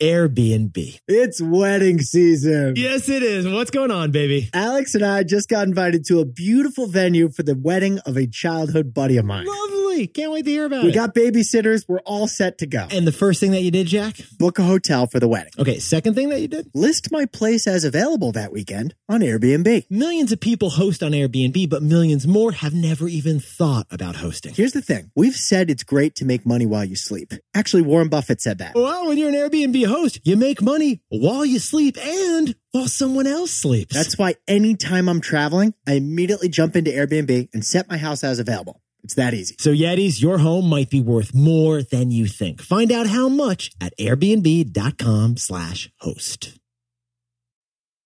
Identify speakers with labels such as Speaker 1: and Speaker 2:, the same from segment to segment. Speaker 1: Airbnb.
Speaker 2: It's wedding season.
Speaker 1: Yes, it is. What's going on, baby?
Speaker 2: Alex and I just got invited to a beautiful venue for the wedding of a childhood buddy of mine.
Speaker 1: Lovely. Can't wait to hear about
Speaker 2: We
Speaker 1: it.
Speaker 2: got babysitters. We're all set to go.
Speaker 1: and the first thing that you did, Jack?
Speaker 2: Book a hotel for the wedding.
Speaker 1: Okay, second thing that you did?
Speaker 2: List my place as available that weekend on Airbnb.
Speaker 1: Millions of people host on Airbnb, but millions more have never even thought about hosting.
Speaker 2: Here's the thing we've said it's great to make money while you sleep. Actually, Warren Buffett said that.
Speaker 1: Well, when you're an Airbnb host, you make money while you sleep and while someone else sleeps.
Speaker 2: That's why anytime I'm traveling, I immediately jump into Airbnb and set my house as available. It's that easy.
Speaker 1: so Yetis, your home might be worth more than you think. Find out how much at airbnb.com slash host.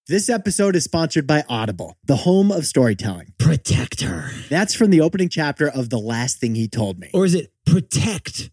Speaker 2: This episode is sponsored by Audible, the home of storytelling.
Speaker 1: Protect her.
Speaker 2: That's from the opening chapter of The Last Thing He Told Me.
Speaker 1: Or is it protect her?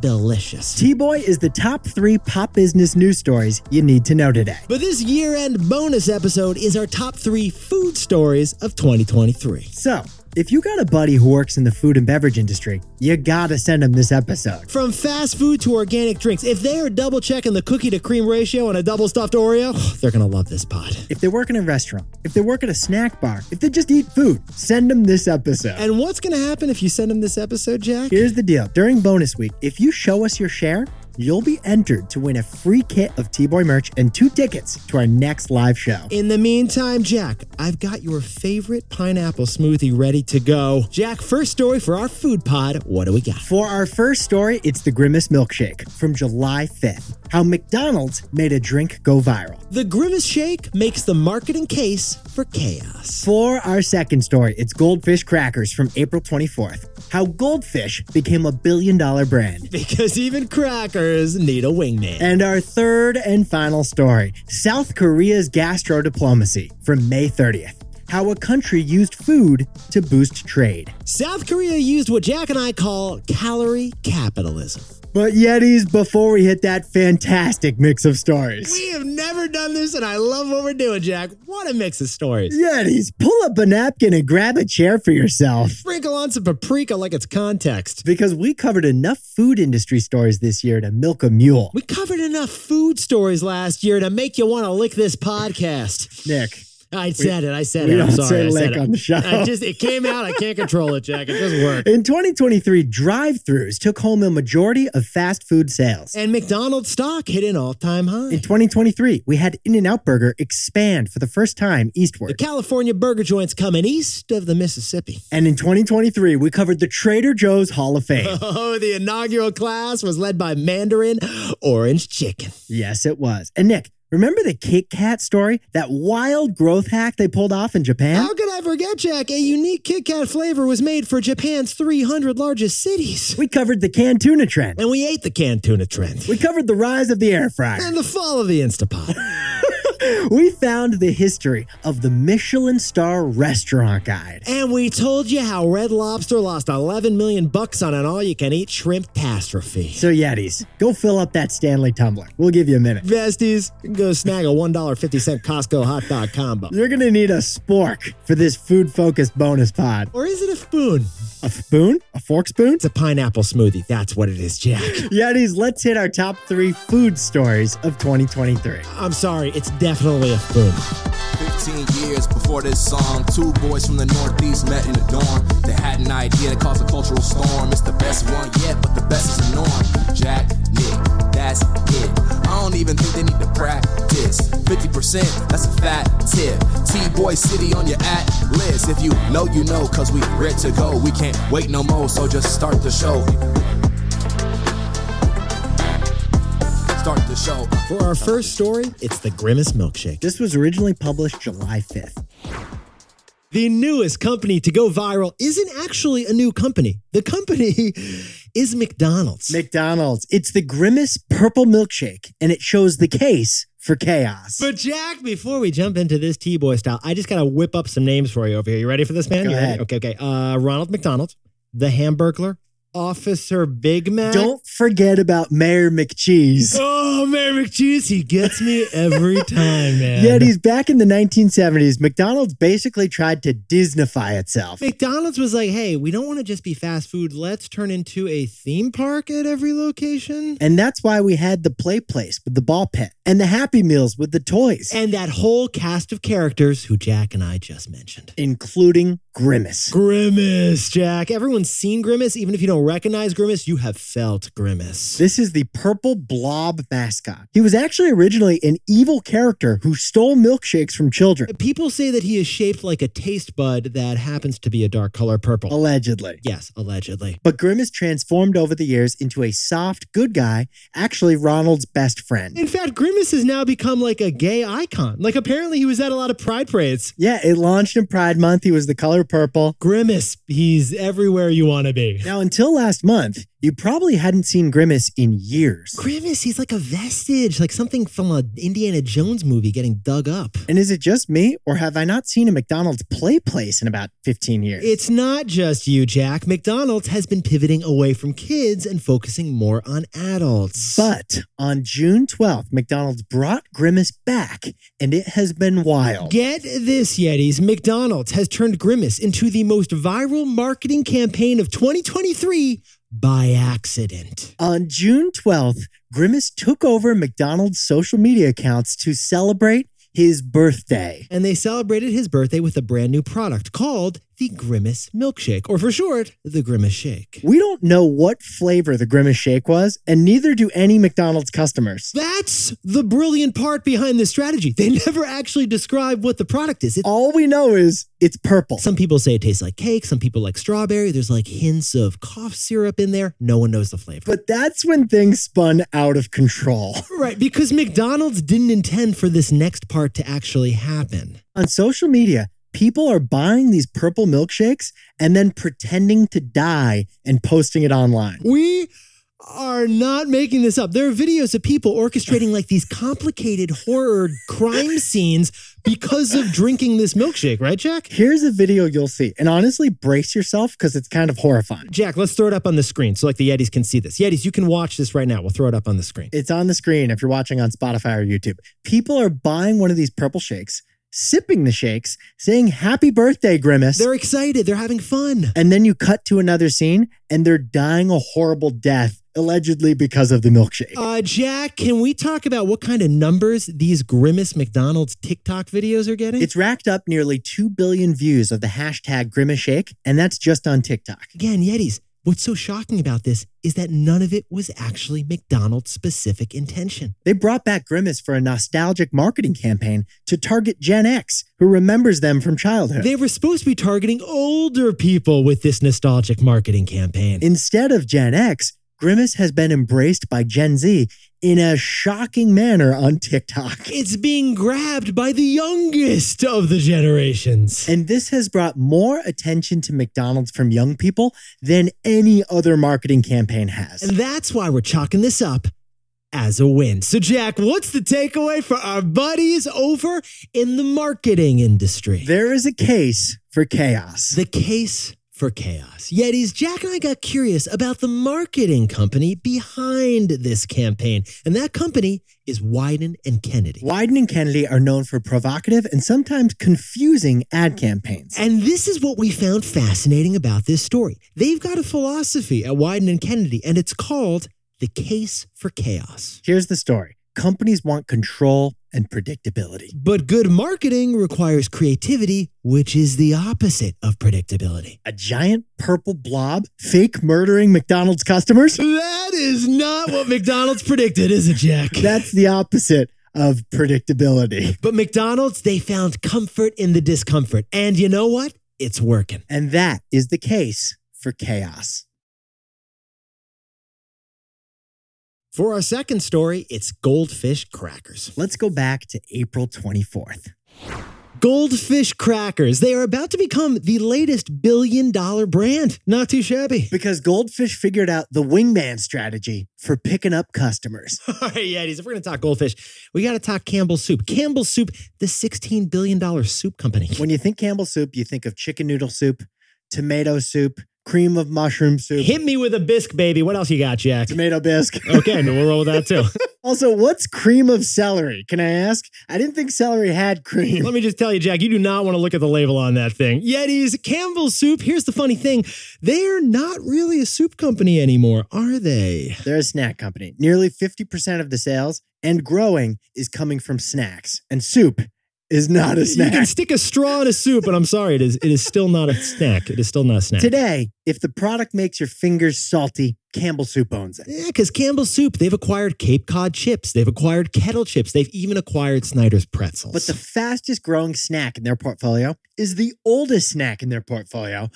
Speaker 1: delicious.
Speaker 2: Tboy is the top three pop business news stories you need to know today.
Speaker 1: But this year end bonus episode is our top three food stories of 2023.
Speaker 2: So, if you got a buddy who works in the food and beverage industry, you gotta send him this episode.
Speaker 1: From fast food to organic drinks, if they are double checking the cookie to cream ratio on a double stuffed Oreo, they're gonna love this pod.
Speaker 2: If they work in a restaurant, if they work at a snack bar, if they just eat food, send them this episode.
Speaker 1: And what's gonna happen if you send them this episode, Jack?
Speaker 2: Here's the deal during bonus week, if you show us your share, you'll be entered to win a free kit of T Boy merch and two tickets to our next live show.
Speaker 1: In the meantime, Jack, I've got your favorite pineapple smoothie ready to go. Jack, first story for our food pod. What do we got?
Speaker 2: For our first story, it's the Grimace Milkshake from July 5th how McDonald's made a drink go viral.
Speaker 1: The Grimace Shake makes the marketing case for chaos.
Speaker 2: For our second story, it's Goldfish Crackers from April 24th how Goldfish became a billion dollar brand.
Speaker 1: Because even crackers need a wingman.
Speaker 2: And our third and final story South Korea's gastro diplomacy from May 30th. How a country used food to boost trade.
Speaker 1: South Korea used what Jack and I call calorie capitalism.
Speaker 2: But Yetis, before we hit that fantastic mix of stories,
Speaker 1: We have never done this, and I love what we're doing, Jack. What a mix of stories.
Speaker 2: Yetis, pull up a napkin and grab a chair for yourself.
Speaker 1: Sprinkle on some paprika like it's context.
Speaker 2: Because we covered enough food industry stories this year to milk a mule.
Speaker 1: We covered enough food stories last year to make you want to lick this podcast.
Speaker 2: Nick,
Speaker 1: I said it. I said
Speaker 2: we
Speaker 1: it. I'm
Speaker 2: don't
Speaker 1: sorry.
Speaker 2: say
Speaker 1: I said
Speaker 2: lick
Speaker 1: it.
Speaker 2: on the show.
Speaker 1: I just it came out. I can't control it, Jack. It just worked.
Speaker 2: in 2023, drive throughs took home a majority of fast food sales.
Speaker 1: And McDonald's stock hit an all-time high.
Speaker 2: In 2023, we had In N Out Burger expand for the first time
Speaker 1: The
Speaker 2: eastward.
Speaker 1: California burger joints coming east of the Mississippi.
Speaker 2: And in 2023, we covered the Trader Joe's Hall of Fame.
Speaker 1: Oh, the inaugural class was led by Mandarin Orange Chicken.
Speaker 2: yes, it was. And Nick, remember the Kit Kat story? That wild growth hack they pulled off in Japan?
Speaker 1: How could I forget, Jack? A unique Kit Kat flavor was made for Japan's 300 largest cities.
Speaker 2: We covered the canned tuna trend.
Speaker 1: And we ate the canned tuna trend.
Speaker 2: We covered the rise of the air fryer.
Speaker 1: And the fall of the Instapot.
Speaker 2: We found the history of the Michelin star restaurant guide.
Speaker 1: And we told you how Red Lobster lost 11 million bucks on an all-you-can-eat shrimp catastrophe.
Speaker 2: So, Yetis, go fill up that Stanley tumbler. We'll give you a minute.
Speaker 1: Vesties, go snag a $1.50 Costco hot dog combo.
Speaker 2: You're going to need a spork for this food focused bonus pod.
Speaker 1: Or is it a spoon?
Speaker 2: A spoon? A fork spoon?
Speaker 1: It's a pineapple smoothie. That's what it is, Jack.
Speaker 2: Yetis, let's hit our top three food stories of 2023.
Speaker 1: I'm sorry, it's
Speaker 3: definitely a spoon.
Speaker 4: 15 years before this song, two boys from the Northeast met in the dorm. They had an idea that caused a cultural storm. It's the best one yet, but the best is the norm. Jack, Nick, that's it. I don't even think they need to practice. 50%, that's a fat tip. T-Boy City on your at list. If you know, you know, cause we ready to go. We can't wait no more, so just start the show. Start the show.
Speaker 1: For our first story, it's the Grimace Milkshake.
Speaker 2: This was originally published July 5th.
Speaker 1: The newest company to go viral isn't actually a new company. The company is McDonald's.
Speaker 2: McDonald's. It's the Grimace Purple Milkshake, and it shows the case for chaos.
Speaker 1: but Jack, before we jump into this T-boy style, I just gotta whip up some names for you over here. You ready for this, man?
Speaker 2: Go
Speaker 1: You ready?
Speaker 2: ahead.
Speaker 1: Okay, okay. Uh, Ronald McDonald, the Hamburglar, Officer Big Mac.
Speaker 2: Don't forget about Mayor McCheese.
Speaker 1: Oh, Mayor McCheese, he gets me every time, man.
Speaker 2: Yet he's back in the 1970s. McDonald's basically tried to Disneyfy itself.
Speaker 1: McDonald's was like, hey, we don't want to just be fast food. Let's turn into a theme park at every location.
Speaker 2: And that's why we had the play place with the ball pit and the Happy Meals with the toys,
Speaker 1: And that whole cast of characters who Jack and I just mentioned.
Speaker 2: including Grimace.
Speaker 1: Grimace, Jack. Everyone's seen Grimace. Even if you don't recognize Grimace, you have felt Grimace.
Speaker 2: This is the purple blob mascot. He was actually originally an evil character who stole milkshakes from children,
Speaker 1: People say that he is shaped like a taste bud that happens to be a dark color purple.
Speaker 2: allegedly.
Speaker 1: Yes, allegedly.
Speaker 2: But Grimace transformed over the years into a soft, good guy, actually Ronald's best friend.
Speaker 1: In fact, Grimace has now become like a gay icon. Like, apparently, he was at a lot of pride parades.
Speaker 2: Yeah, it launched in Pride Month. He was the color purple.
Speaker 1: Grimace, he's everywhere you want to be.
Speaker 2: Now, until last month, you probably hadn't seen Grimace in years.
Speaker 1: Grimace, he's like a vestige, like something from an Indiana Jones movie getting dug up.
Speaker 2: And is it just me, or have I not seen a McDonald's play place in about 15 years?
Speaker 1: It's not just you, Jack. McDonald's has been pivoting away from kids and focusing more on adults.
Speaker 2: but on June 12th, McDonald's brought Grimace back, and it has been wild.
Speaker 1: Get this, Yetis. McDonald's has turned Grimace into the most viral marketing campaign of 2023 by accident.
Speaker 2: On June 12th, Grimace took over McDonald's social media accounts to celebrate his birthday.
Speaker 1: And they celebrated his birthday with a brand new product called the Grimace Milkshake, or for short, the Grimace Shake.
Speaker 2: We don't know what flavor the Grimace shake was, and neither do any McDonald's customers.
Speaker 1: That's the brilliant part behind this strategy. They never actually describe what the product is. It's,
Speaker 2: All we know is it's purple.
Speaker 1: some people say it tastes like cake, some people like strawberry. There's like hints of cough syrup in there. No one knows the flavor.
Speaker 2: But that's when things spun out of control.
Speaker 1: Right, because McDonald's didn't intend for this next part to actually happen.
Speaker 2: On social media, people are buying these purple milkshakes and then pretending to die and posting it online.
Speaker 1: We are not making this up. There are videos of people orchestrating like these complicated horror crime scenes because of drinking this milkshake, right, Jack?
Speaker 2: Here's a video you'll see, and honestly, brace yourself because it's kind of horrifying.
Speaker 1: Jack, let's throw it up on the screen so like the Yetis can see this. Yetis, you can watch this right now. We'll throw it up on the screen.
Speaker 2: It's on the screen if you're watching on Spotify or YouTube. People are buying one of these purple shakes, sipping the shakes, saying, Happy birthday, Grimace.
Speaker 1: They're excited. They're having fun.
Speaker 2: And then you cut to another scene and they're dying a horrible death, allegedly because of the milkshake.
Speaker 1: Uh, Jack, can we talk about what kind of numbers these Grimace McDonald's TikTok videos are getting?
Speaker 2: It's racked up nearly 2 billion views of the hashtag Grimace Shake, and that's just on TikTok.
Speaker 1: Again, Yetis, what's so shocking about this is that none of it was actually McDonald's specific intention.
Speaker 2: They brought back Grimace for a nostalgic marketing campaign to target Gen X, who remembers them from childhood.
Speaker 1: They were supposed to be targeting older people with this nostalgic marketing campaign.
Speaker 2: Instead of Gen X, Grimace has been embraced by Gen Z in a shocking manner on TikTok.
Speaker 1: It's being grabbed by the youngest of the generations.
Speaker 2: And this has brought more attention to McDonald's from young people than any other marketing campaign has.
Speaker 1: And that's why we're chalking this up as a win. So, Jack, what's the takeaway for our buddies over in the marketing industry?
Speaker 2: There is a case for chaos.
Speaker 1: the case for chaos. Yetis, Jack and I got curious about the marketing company behind this campaign, and that company is Wyden and Kennedy.
Speaker 2: Wyden and Kennedy are known for provocative and sometimes confusing ad campaigns.
Speaker 1: And this is what we found fascinating about this story. They've got a philosophy at Wyden and Kennedy, and it's called the case for chaos.
Speaker 2: Here's the story companies want control and predictability.
Speaker 1: But good marketing requires creativity, which is the opposite of predictability.
Speaker 2: A giant purple blob fake murdering McDonald's customers?
Speaker 1: That is not what McDonald's predicted, is it, Jack?
Speaker 2: That's the opposite of predictability.
Speaker 1: But McDonald's, they found comfort in the discomfort. And you know what? It's working.
Speaker 2: And that is the case for chaos.
Speaker 1: For our second story, it's goldfish crackers.
Speaker 2: Let's go back to April 24th.
Speaker 1: Goldfish crackers, they are about to become the latest billion dollar brand. Not too shabby.
Speaker 2: Because Goldfish figured out the wingman strategy for picking up customers.
Speaker 1: All right, Yetis, if we're going to talk goldfish, we got to talk Campbell's Soup. Campbell's Soup, the $16 billion soup company.
Speaker 2: When you think Campbell soup, you think of chicken noodle soup, tomato soup, cream of mushroom soup,
Speaker 1: Hit me with a bisque, baby. What else you got, Jack?
Speaker 2: tomato bisque.
Speaker 1: Okay, no, we'll roll with that too.
Speaker 2: Also, what's cream of celery? Can I ask? I didn't think celery had cream.
Speaker 1: Let me just tell you, Jack, you do not want to look at the label on that thing. Yetis, Campbell's Soup. Here's the funny thing they're not really a soup company anymore, are they?
Speaker 2: They're a snack company. Nearly 50% of the sales and growing is coming from snacks, and soup is not a
Speaker 1: You can
Speaker 2: snack.
Speaker 1: stick a straw in a soup, and I'm sorry, it is it is still not a snack. It is still not a snack.
Speaker 2: Today, if the product makes your fingers salty, Campbell Soup owns it.
Speaker 1: Yeah, because Campbell's Soup, they've acquired Cape Cod chips, they've acquired kettle chips, they've even acquired Snyder's pretzels.
Speaker 2: But the fastest growing snack in their portfolio is the oldest snack in their portfolio,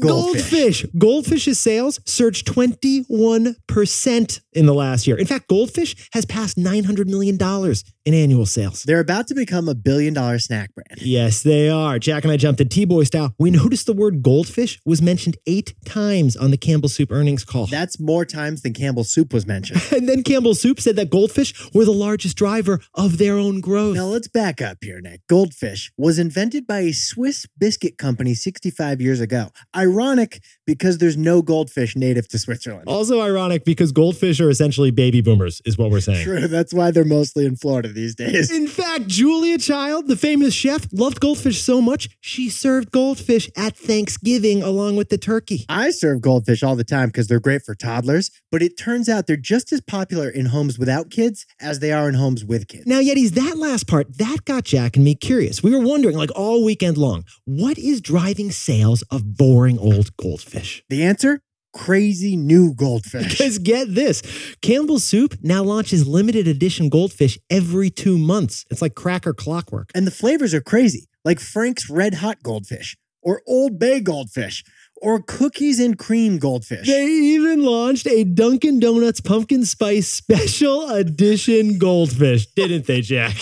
Speaker 2: Goldfish.
Speaker 1: Goldfish. Goldfish's sales surged 21% in the last year. In fact, Goldfish has passed $900 million in annual sales.
Speaker 2: They're about to become a billion dollar snack brand.
Speaker 1: Yes, they are. Jack and I jumped in T-Boy style. We noticed the word goldfish was mentioned eight times on the Campbell Soup earnings call.
Speaker 2: That's more times than Campbell Soup was mentioned.
Speaker 1: and then Campbell Soup said that goldfish were the largest driver of their own growth.
Speaker 2: Now let's back up here, Nick. Goldfish was invented by a Swiss biscuit company 65 years ago. Ironic because there's no goldfish native to Switzerland.
Speaker 1: Also ironic because goldfish are essentially baby boomers, is what we're saying.
Speaker 2: True, that's why they're mostly in Florida these days.
Speaker 1: In fact, Julia Child, the famous chef, loved goldfish so much, she served goldfish at Thanksgiving along with the turkey.
Speaker 2: I serve goldfish all the time because they're great for toddlers, but it turns out they're just as popular in homes without kids as they are in homes with kids.
Speaker 1: Now, Yetis, that last part, that got Jack and me curious. We were wondering, like all weekend long, what is driving sales of boring old goldfish?
Speaker 2: The answer? Crazy new goldfish.
Speaker 1: Because get this Campbell's Soup now launches limited edition goldfish every two months. It's like cracker clockwork.
Speaker 2: And the flavors are crazy, like Frank's Red Hot Goldfish, or Old Bay Goldfish, or Cookies and Cream Goldfish.
Speaker 1: They even launched a Dunkin' Donuts pumpkin spice special edition goldfish, didn't they, Jack?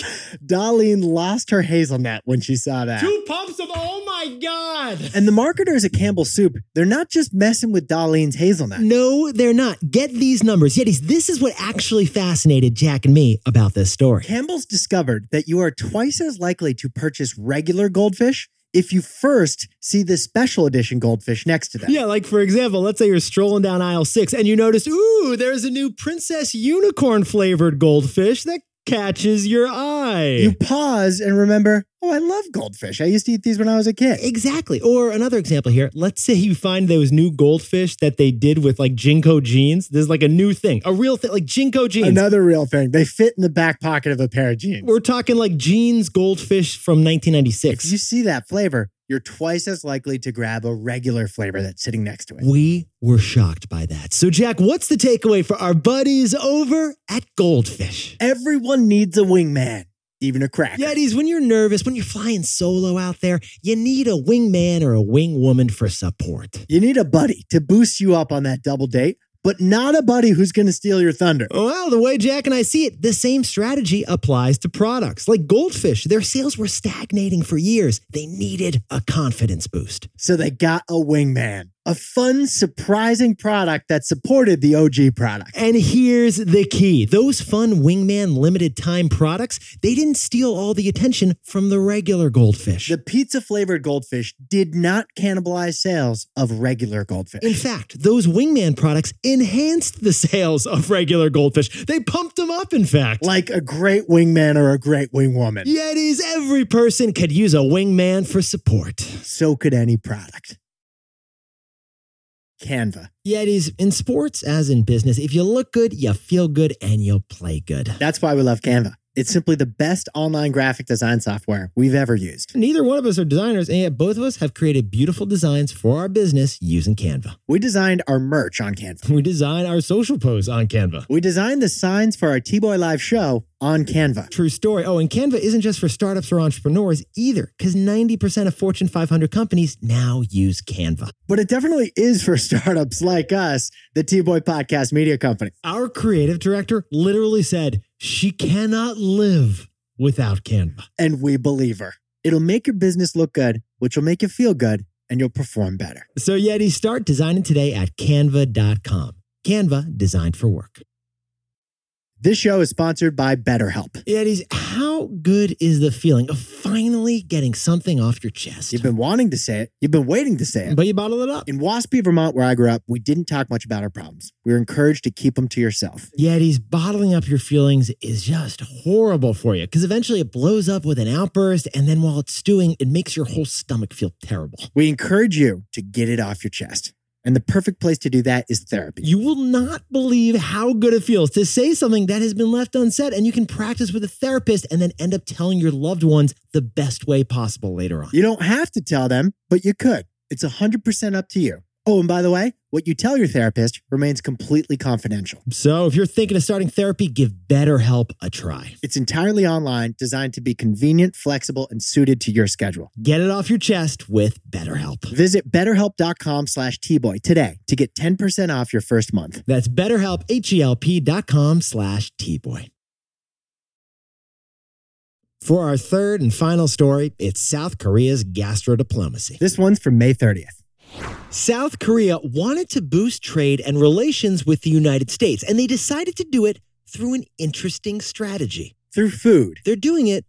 Speaker 2: Darlene lost her hazelnut when she saw that.
Speaker 1: Two pumps of oh my god.
Speaker 2: And the marketers at Campbell Soup, they're not just messing with Darlene's hazelnut.
Speaker 1: No, they're not. Get these numbers. Yetis, this is what actually fascinated Jack and me about this story.
Speaker 2: Campbell's discovered that you are twice as likely to purchase regular goldfish if you first see the special edition goldfish next to them.
Speaker 1: Yeah, like for example, let's say you're strolling down aisle six and you notice, ooh, there's a new princess unicorn flavored goldfish that catches your eye.
Speaker 2: You pause and remember, oh, I love goldfish. I used to eat these when I was a kid.
Speaker 1: Exactly. Or another example here. Let's say you find those new goldfish that they did with like Jinko jeans. This is like a new thing, a real thing, like Jinko jeans.
Speaker 2: Another real thing. They fit in the back pocket of a pair of jeans.
Speaker 1: We're talking like jeans goldfish from 1996.
Speaker 2: If you see that flavor, you're twice as likely to grab a regular flavor that's sitting next to it.
Speaker 1: We were shocked by that. So, Jack, what's the takeaway for our buddies over at Goldfish?
Speaker 2: Everyone needs a wingman, even a cracker.
Speaker 1: Yetis, when you're nervous, when you're flying solo out there, you need a wingman or a wingwoman for support.
Speaker 2: You need a buddy to boost you up on that double date, but not a buddy who's going to steal your thunder.
Speaker 1: Well, the way Jack and I see it, the same strategy applies to products. Like Goldfish, their sales were stagnating for years. They needed a confidence boost.
Speaker 2: So they got a wingman, a fun, surprising product that supported the OG product.
Speaker 1: And here's the key. Those fun wingman limited time products, they didn't steal all the attention from the regular goldfish.
Speaker 2: The pizza flavored goldfish did not cannibalize sales of regular goldfish.
Speaker 1: In fact, those wingman products enhanced the sales of regular goldfish. They pumped them up, in fact.
Speaker 2: like a great wingman or a great wingwoman,
Speaker 1: Yetis, every person could use a wingman for support.
Speaker 2: so could any product. Canva.
Speaker 1: Yetis, in sports as in business, if you look good, you feel good, and you play good.
Speaker 2: That's why we love Canva. It's simply the best online graphic design software we've ever used.
Speaker 1: Neither one of us are designers, and yet both of us have created beautiful designs for our business using Canva.
Speaker 2: We designed our merch on Canva.
Speaker 1: We design our social posts on Canva.
Speaker 2: We designed the signs for our T Boy Live show on Canva.
Speaker 1: True story. Oh, and Canva isn't just for startups or entrepreneurs either, because 90% of Fortune 500 companies now use Canva.
Speaker 2: But it definitely is for startups like us, the T Boy Podcast Media Company.
Speaker 1: Our creative director literally said she cannot live without Canva.
Speaker 2: And we believe her. It'll make your business look good, which will make you feel good, and you'll perform better.
Speaker 1: So, Yeti, start designing today at canva.com. Canva, designed for work.
Speaker 2: This show is sponsored by BetterHelp.
Speaker 1: Yetis, how good is the feeling of finally getting something off your chest?
Speaker 2: You've been wanting to say it, you've been waiting to say it.
Speaker 1: But you bottle it up.
Speaker 2: In Waspy, Vermont, where I grew up, we didn't talk much about our problems. We were encouraged to keep them to yourself.
Speaker 1: Yetis, bottling up your feelings is just horrible for you because eventually it blows up with an outburst. And then while it's stewing, it makes your whole stomach feel terrible.
Speaker 2: We encourage you to get it off your chest. And the perfect place to do that is therapy.
Speaker 1: You will not believe how good it feels to say something that has been left unsaid, and you can practice with a therapist and then end up telling your loved ones the best way possible later on.
Speaker 2: You don't have to tell them, but you could. It's 100% up to you. Oh, and by the way, what you tell your therapist remains completely confidential.
Speaker 1: So, if you're thinking of starting therapy, give BetterHelp a try.
Speaker 2: It's entirely online, designed to be convenient, flexible, and suited to your schedule.
Speaker 1: Get it off your chest with BetterHelp.
Speaker 2: Visit betterhelp.com slash tboy today to get 10% off your first month.
Speaker 1: That's BetterHelp, H-E-L-P dot com slash T-Boy. For our third and final story, it's South Korea's gastro diplomacy.
Speaker 2: This one's from May 30th.
Speaker 1: South Korea wanted to boost trade and relations with the United States, and they decided to do it through an interesting strategy.
Speaker 2: Through food.
Speaker 1: They're doing it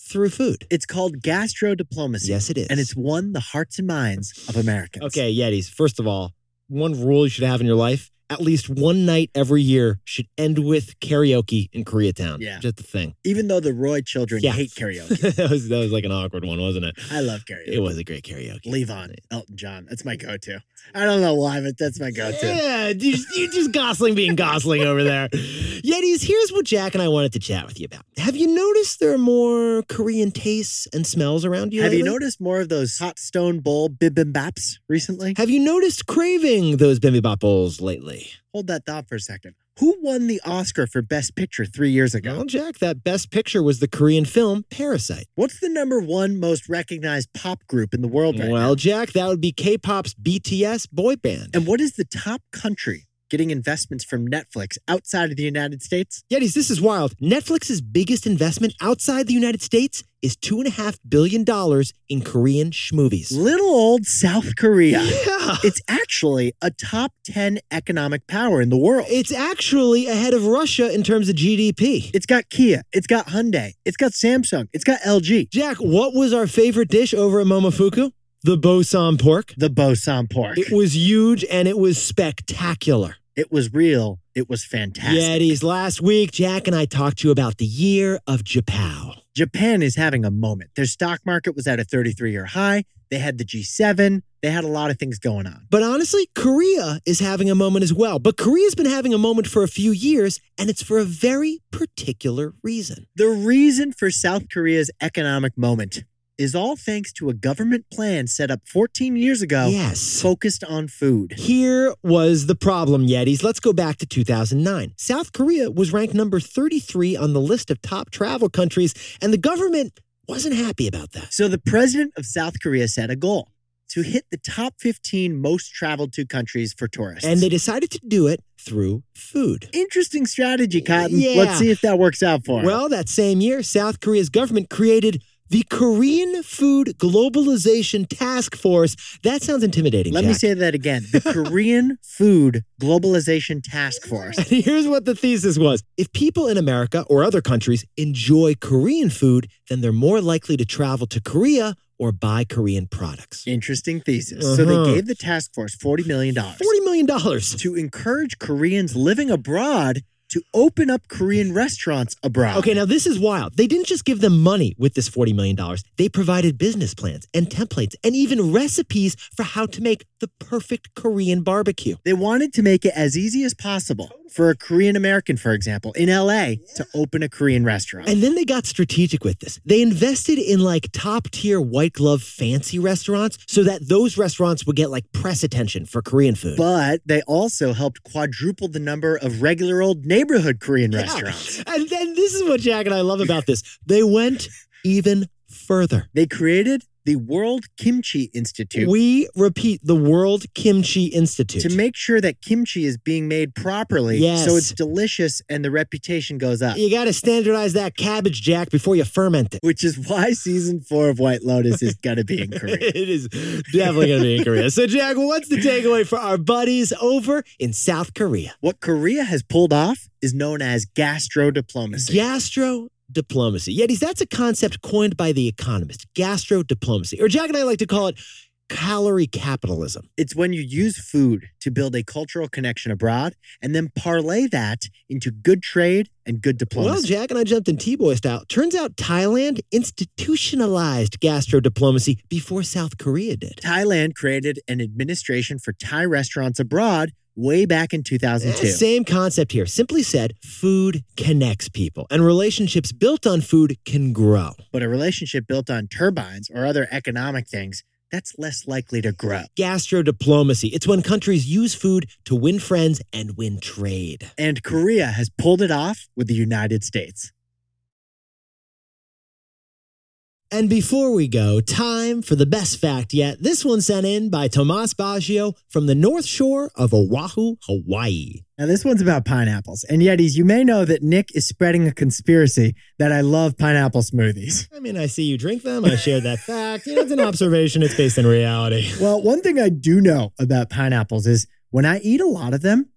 Speaker 1: through food.
Speaker 2: It's called gastro diplomacy.
Speaker 1: Yes, it is.
Speaker 2: And it's won the hearts and minds of Americans.
Speaker 1: Okay, Yetis, first of all, one rule you should have in your life at least one night every year should end with karaoke in Koreatown.
Speaker 2: Yeah.
Speaker 1: Just a thing.
Speaker 2: Even though the Roy children
Speaker 1: Yeah.
Speaker 2: hate karaoke,
Speaker 1: that, was, that was like an awkward one, wasn't it?
Speaker 2: I love karaoke.
Speaker 1: It was a great karaoke.
Speaker 2: Levon, Elton John. That's my go to. I don't know why, but that's my go to.
Speaker 1: Yeah, you, you're just Gosling being Gosling over there. Yetis, here's what Jack and I wanted to chat with you about. Have you noticed there are more Korean tastes and smells around you?
Speaker 2: Have you
Speaker 1: lately?
Speaker 2: noticed more of those hot stone bowl bibimbaps recently?
Speaker 1: Have you noticed craving those bibimbap bowls lately?
Speaker 2: Hold that thought for a second. Who won the Oscar for Best Picture three years ago?
Speaker 1: Well, Jack, that best picture was the Korean film Parasite.
Speaker 2: What's the number one most recognized pop group in the world right
Speaker 1: Well,
Speaker 2: now?
Speaker 1: Jack, that would be K-pop's BTS boy band.
Speaker 2: And what is the top country getting investments from Netflix outside of the United States?
Speaker 1: Yetis, this is wild. Netflix's biggest investment outside the United States is two and a half billion dollars in Korean schmovies.
Speaker 2: Little old South Korea.
Speaker 1: Yeah.
Speaker 2: It's actually a top 10 economic power in the world.
Speaker 1: It's actually ahead of Russia in terms of GDP.
Speaker 2: It's got Kia, it's got Hyundai, it's got Samsung, it's got LG.
Speaker 1: Jack, what was our favorite dish over at Momofuku? The Bosan pork.
Speaker 2: The Bosan pork.
Speaker 1: It was huge and it was spectacular.
Speaker 2: It was real. It was fantastic.
Speaker 1: Yetis, last week, Jack and I talked to you about the year of Japao.
Speaker 2: Japan is having a moment. Their stock market was at a 33 year high. They had the G7. They had a lot of things going on.
Speaker 1: But honestly, Korea is having a moment as well. But Korea's been having a moment for a few years, and it's for a very particular reason.
Speaker 2: The reason for South Korea's economic moment is all thanks to a government plan set up 14 years ago
Speaker 1: Yes.
Speaker 2: focused on food.
Speaker 1: Here was the problem, Yetis. Let's go back to 2009. South Korea was ranked number 33 on the list of top travel countries, and the government wasn't happy about that.
Speaker 2: So the president of South Korea set a goal to hit the top 15 most traveled to countries for tourists.
Speaker 1: And they decided to do it through food.
Speaker 2: interesting strategy, Cotton.
Speaker 1: Yeah.
Speaker 2: Let's see if that works out for 'em.
Speaker 1: Well, that same year, South Korea's government created the Korean Food Globalization Task Force. That sounds intimidating.
Speaker 2: Let me
Speaker 1: Jack.
Speaker 2: say that again. The Korean Food Globalization Task Force.
Speaker 1: And here's what the thesis was If people in America or other countries enjoy Korean food, then they're more likely to travel to Korea or buy Korean products.
Speaker 2: Interesting thesis. So they
Speaker 1: Uh-huh.
Speaker 2: gave the task force $40 million
Speaker 1: $40 million.
Speaker 2: to encourage Koreans living abroad to open up Korean restaurants abroad.
Speaker 1: Okay, now this is wild. They didn't just give them money with this $40 million, they provided business plans and templates and even recipes for how to make the perfect Korean barbecue.
Speaker 2: They wanted to make it as easy as possible for a Korean American, for example, in LA to open a Korean restaurant.
Speaker 1: And then they got strategic with this. They invested in like top tier white glove fancy restaurants so that those restaurants would get like press attention for Korean food.
Speaker 2: but they also helped quadruple the number of regular old neighborhood Korean
Speaker 1: Yeah.
Speaker 2: restaurants.
Speaker 1: And then this is what Jack and I love about this. They went even further.
Speaker 2: They created the World Kimchi Institute
Speaker 1: We repeat the World Kimchi Institute.
Speaker 2: to make sure that kimchi is being made properly so
Speaker 1: Yes.
Speaker 2: it's delicious and the reputation goes up.
Speaker 1: you got to standardize that cabbage, Jack, before you ferment it.
Speaker 2: Which is why season four of White Lotus is gonna be in Korea.
Speaker 1: it is definitely going to be in Korea. So, Jack, what's the takeaway for our buddies over in South Korea?
Speaker 2: What Korea has pulled off is known as gastro diplomacy.
Speaker 1: Gastro diplomacy. Yetis, that's a concept coined by the economist, gastro diplomacy. Or Jack and I like to call it calorie capitalism.
Speaker 2: It's when you use food to build a cultural connection abroad and then parlay that into good trade and good
Speaker 1: Well,
Speaker 2: diplomacy.
Speaker 1: Jack and I jumped in T-Boy style. Turns out Thailand institutionalized gastro diplomacy before South Korea did.
Speaker 2: Thailand created an administration for Thai restaurants abroad way back in 2002.
Speaker 1: Eh, Same concept here. Simply said, food connects people, and relationships built on food can grow.
Speaker 2: But a relationship built on turbines or other economic things, that's less likely to grow.
Speaker 1: Gastro diplomacy. It's when countries use food to win friends and win trade.
Speaker 2: And Korea has pulled it off with the United States.
Speaker 1: And before we go, time for the best fact yet. This one sent in by Tomas Baggio from the North Shore of Oahu, Hawaii.
Speaker 2: Now, this one's about pineapples. And Yetis, you may know that Nick is spreading a conspiracy that I love pineapple smoothies.
Speaker 1: I mean, I see you drink them. I shared that fact. You know, it's an observation. It's based in reality.
Speaker 2: Well, one thing I do know about pineapples is when I eat a lot of them,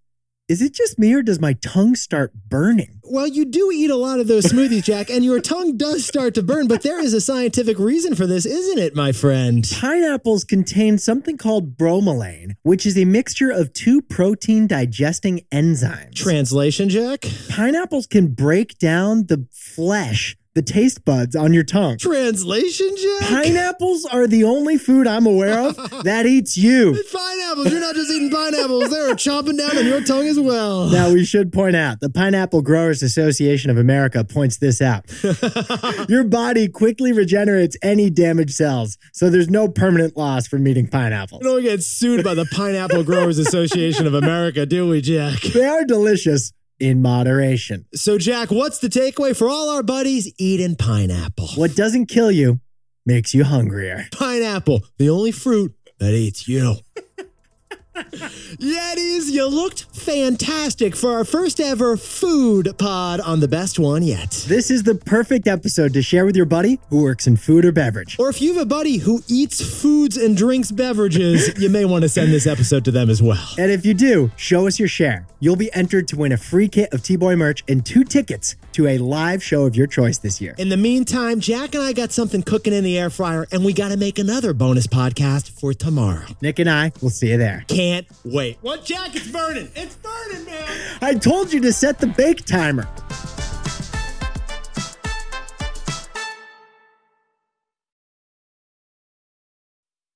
Speaker 2: is it just me or does my tongue start burning?
Speaker 1: Well, you do eat a lot of those smoothies, Jack, and your tongue does start to burn, but there is a scientific reason for this, isn't it, my friend?
Speaker 2: Pineapples contain something called bromelain, which is a mixture of two protein digesting enzymes.
Speaker 1: Translation, Jack?
Speaker 2: pineapples can break down the flesh, the taste buds on your tongue.
Speaker 1: Translation, Jack?
Speaker 2: Pineapples are the only food I'm aware of that eats you.
Speaker 1: Pineapples. You're not just eating pineapples. They're chomping down on your tongue as well.
Speaker 2: Now, we should point out the Pineapple Growers Association of America points this out. Your body quickly regenerates any damaged cells, so there's no permanent loss from eating
Speaker 1: We
Speaker 2: pineapples.
Speaker 1: don't get sued by the Pineapple Growers Association of America, do we, Jack?
Speaker 2: They are delicious in moderation.
Speaker 1: So, Jack, what's the takeaway for all our buddies eating pineapple?
Speaker 2: What doesn't kill you makes you hungrier.
Speaker 1: pineapple, the only fruit that eats you. Yetis, you looked fantastic for our first ever food pod on the best one yet.
Speaker 2: This is the perfect episode to share with your buddy who works in food or beverage.
Speaker 1: Or if you have a buddy who eats foods and drinks beverages, you may want to send this episode to them as well.
Speaker 2: And if you do, show us your share. You'll be entered to win a free kit of T Boy merch and two tickets to a live show of your choice this year.
Speaker 1: In the meantime, Jack and I got something cooking in the air fryer, and we got to make another bonus podcast for tomorrow.
Speaker 2: Nick and I will see you there.
Speaker 1: Can't wait. What, Jack? It's burning. It's burning, man.
Speaker 2: I told you to set the bake timer.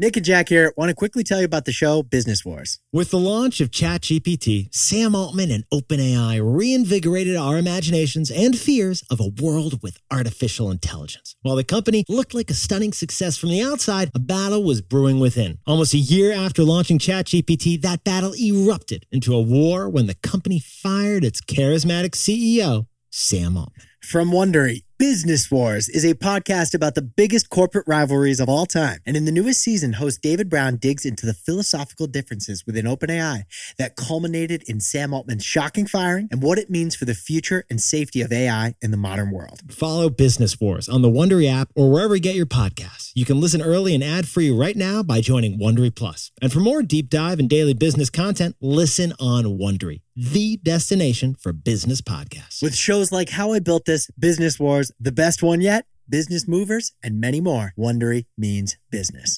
Speaker 2: Nick and Jack here. Want to quickly tell you about the show Business Wars.
Speaker 1: With the launch of ChatGPT, Sam Altman and OpenAI reinvigorated our imaginations and fears of a world with artificial intelligence. While the company looked like a stunning success from the outside, a battle was brewing within. Almost a year after launching ChatGPT, that battle erupted into a war when the company fired its charismatic CEO, E Sam Altman.
Speaker 2: from Wondery. Business Wars is a podcast about the biggest corporate rivalries of all time. And in the newest season, host David Brown digs into the philosophical differences within OpenAI that culminated in Sam Altman's shocking firing and what it means for the future and safety of AI in the modern world.
Speaker 1: Follow Business Wars on the Wondery app or wherever you get your podcasts. You can listen early and ad-free right now by joining Wondery Plus. And for more deep dive and daily business content, listen on Wondery, the destination for business podcasts.
Speaker 2: With shows like How I Built This, Business Wars, The Best One Yet, Business Movers, and many more, Wondery means business.